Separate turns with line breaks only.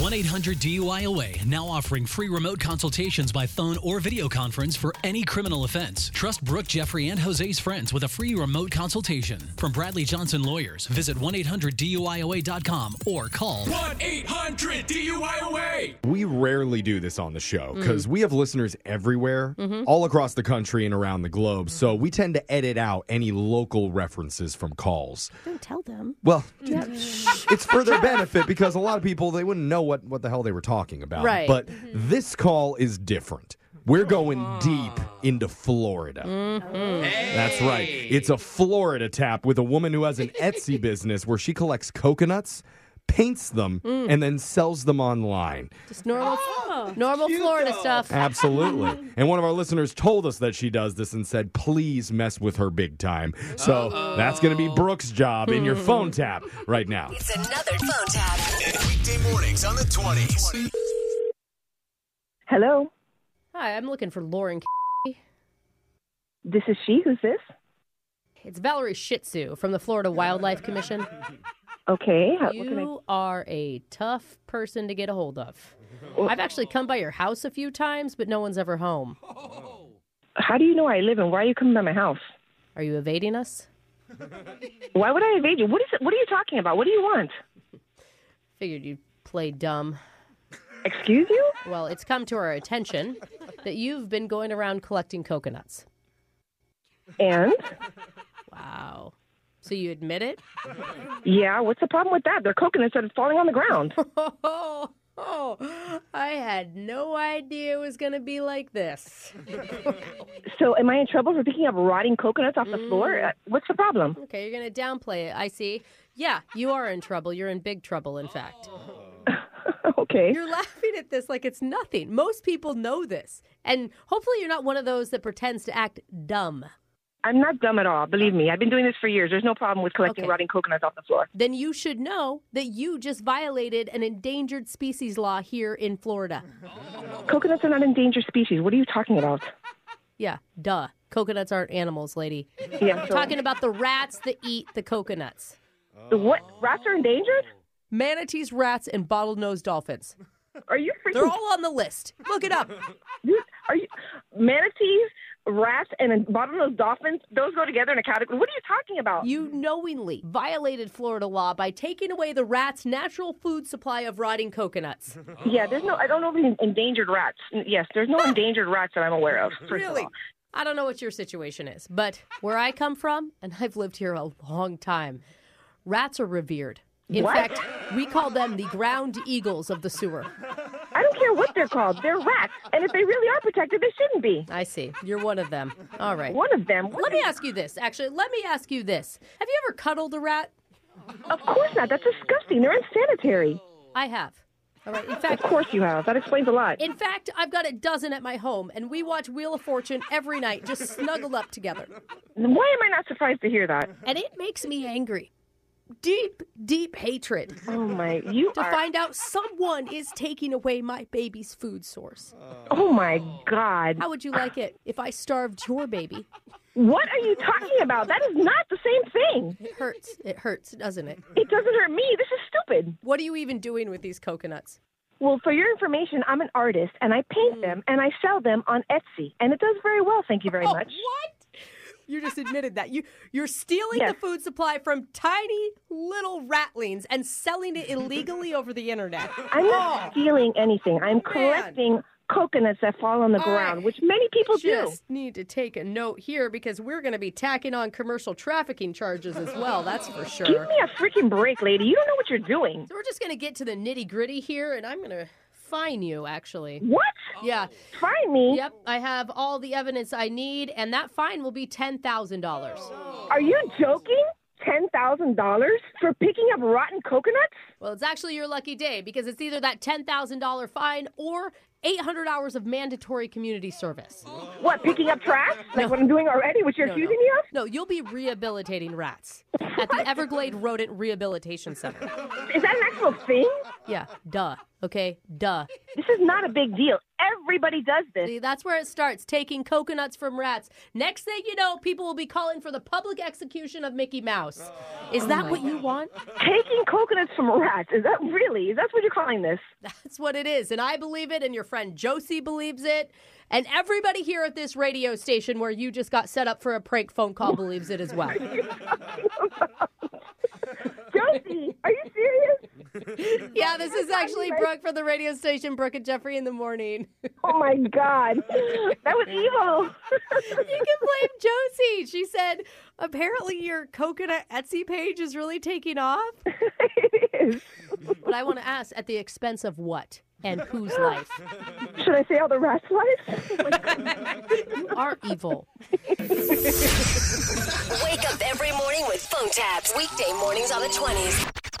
1 800 DUIOA now offering free remote consultations by phone or video conference for any criminal offense. Trust Brooke, Jeffrey, and Jose's friends with a free remote consultation. From Bradley Johnson Lawyers, visit 1 800 DUIOA.com or call
1 800 DUIOA.
We rarely do this on the show because we have listeners everywhere, all across the country and around the globe. So we tend to edit out any local references from calls.
Don't tell them.
Well, it's for their benefit because a lot of people they wouldn't know what, what the hell they were talking about.
Right.
But this call is different. We're going deep into Florida. That's right. It's a Florida tap with a woman who has an Etsy business where she collects coconuts, paints them, and then sells them online.
Just normal, normal Florida stuff.
Absolutely. and one of our listeners told us that she does this and said, please mess with her big time. So that's going to be Brooke's job in your phone tap right now.
It's another phone tap.
Weekday mornings on the 20s.
Hello,
Hi, I'm looking for Lauren.
this is she. Who's this?
It's Valerie Shih Tzu from the Florida Wildlife Commission.
Okay, how, what can I?
You are a tough person to get a hold of. I've actually come by your house a few times, but no one's ever home.
How do you know I live and why are you coming by my house?
Are you evading us?
Why would I evade you? What is it? What are you talking about? What do you want?
Figured you'd play dumb.
Excuse you?
Well, it's come to our attention that you've been going around collecting coconuts.
And
Wow. So you admit it?
yeah, what's the problem with that? They're coconuts that are falling on the ground.
Oh, oh, I had no idea it was going to be like this.
So, am I in trouble for picking up rotting coconuts off the floor?
Mm.
Uh, What's the problem?
Okay, you're going to downplay it. I see. Yeah, you are in trouble. You're in big trouble, in fact.
okay.
You're laughing at this like it's nothing. Most people know this. And hopefully, you're not one of those that pretends to act dumb.
I'm not dumb at all. Believe me, I've been doing this for years. There's no problem with collecting
Okay.
rotting coconuts off the floor.
Then you should know that you just violated an endangered species law here in Florida.
Coconuts are not endangered species. What are you talking about?
Yeah, duh. Coconuts aren't animals, lady.
Yeah, so,
Talking about the rats that eat the coconuts.
what? Rats are endangered?
Manatees, rats, and bottlenose dolphins.
Are you freaking?
They're all on the list. Look it up.
You- Are you manatees, rats, and bottlenose dolphins? Those go together in a category. What are you talking about?
You knowingly violated Florida law by taking away the rat's natural food supply of rotting coconuts.
yeah, there's no. I don't know of any endangered rats. N- Yes, there's no endangered rats that I'm aware of. first of
Really?
all.
I don't know what your situation is, but where I come from, and I've lived here a long time, rats are revered. In
What?
fact, we call them the ground eagles of the sewer.
I don't care what they're called. They're rats, and if they really are protected, they shouldn't be.
I see. You're one of them. All right.
One of them.
Let me ask you this, actually. Let me ask you this. Have you ever cuddled a rat?
Of course not. That's disgusting. They're unsanitary.
I have. All right. In
Of
fact,
course you have. That explains a lot.
in fact, I've got a dozen at my home, and we watch Wheel of Fortune every night, just snuggled up together.
Why am I not surprised to hear that?
And it makes me angry. Deep, deep hatred
Oh my! You
to
are.
find out someone is taking away my baby's food source.
oh my God!
How would you like it if I starved your baby?
What are you talking about? That is not the same thing.
It hurts. It hurts, doesn't it?
It doesn't hurt me. This is stupid.
What are you even doing with these coconuts?
Well, for your information, I'm an artist and I
Mm.
paint them and I sell them on Etsy. And it does very well, thank you very
Oh,
much.
what? You just admitted that. You you're stealing
Yes.
the food supply from tiny little ratlings and selling it illegally over the internet.
I'm not stealing anything.
Oh,
I'm collecting coconuts that fall on the ground, which many people
Just need to take a note here because we're going to be tacking on commercial trafficking charges as well. That's for
do. Give
sure.
me a freaking break, lady. You don't know what you're doing.
So we're just going to get to the nitty gritty here, and I'm going to fine you. Actually,
What?
yeah,
Find me.
yep. I have all the evidence I need, and that fine will be ten thousand dollars.
Are you joking? $10,000 for picking up rotten coconuts?
Well, it's actually your lucky day because it's either that $10,000 fine or 800 hours of mandatory community service.
What, picking up trash? Like what I'm doing already, which you're accusing me of?
No, you'll be rehabilitating rats at the Everglade Rodent Rehabilitation Center.
Is that an national thing?
Yeah, duh. Okay, duh.
This is not a big deal. Everybody does this.
See, that's where it starts taking coconuts from rats. Next thing you know, people will be calling for the public execution of Mickey Mouse. Is that what you want?
Taking coconuts from rats. Is that really? Is that what you're calling this?
That's what it is. And I believe it, and your friend Josie believes it. And everybody here at this radio station where you just got set up for a prank phone call believes it as well.
Josie, are you serious?
Yeah, this is actually Brooke from the radio station, Brooke and Jeffrey in the morning. You
Oh my God. That was evil.
can blame Josie. She said, apparently your coconut Etsy page is really taking off.
it is.
But I want to ask at the expense of what and whose life?
Should I say all the rats' life?
You are evil.
Wake up every morning with phone taps. Weekday mornings on the 20s.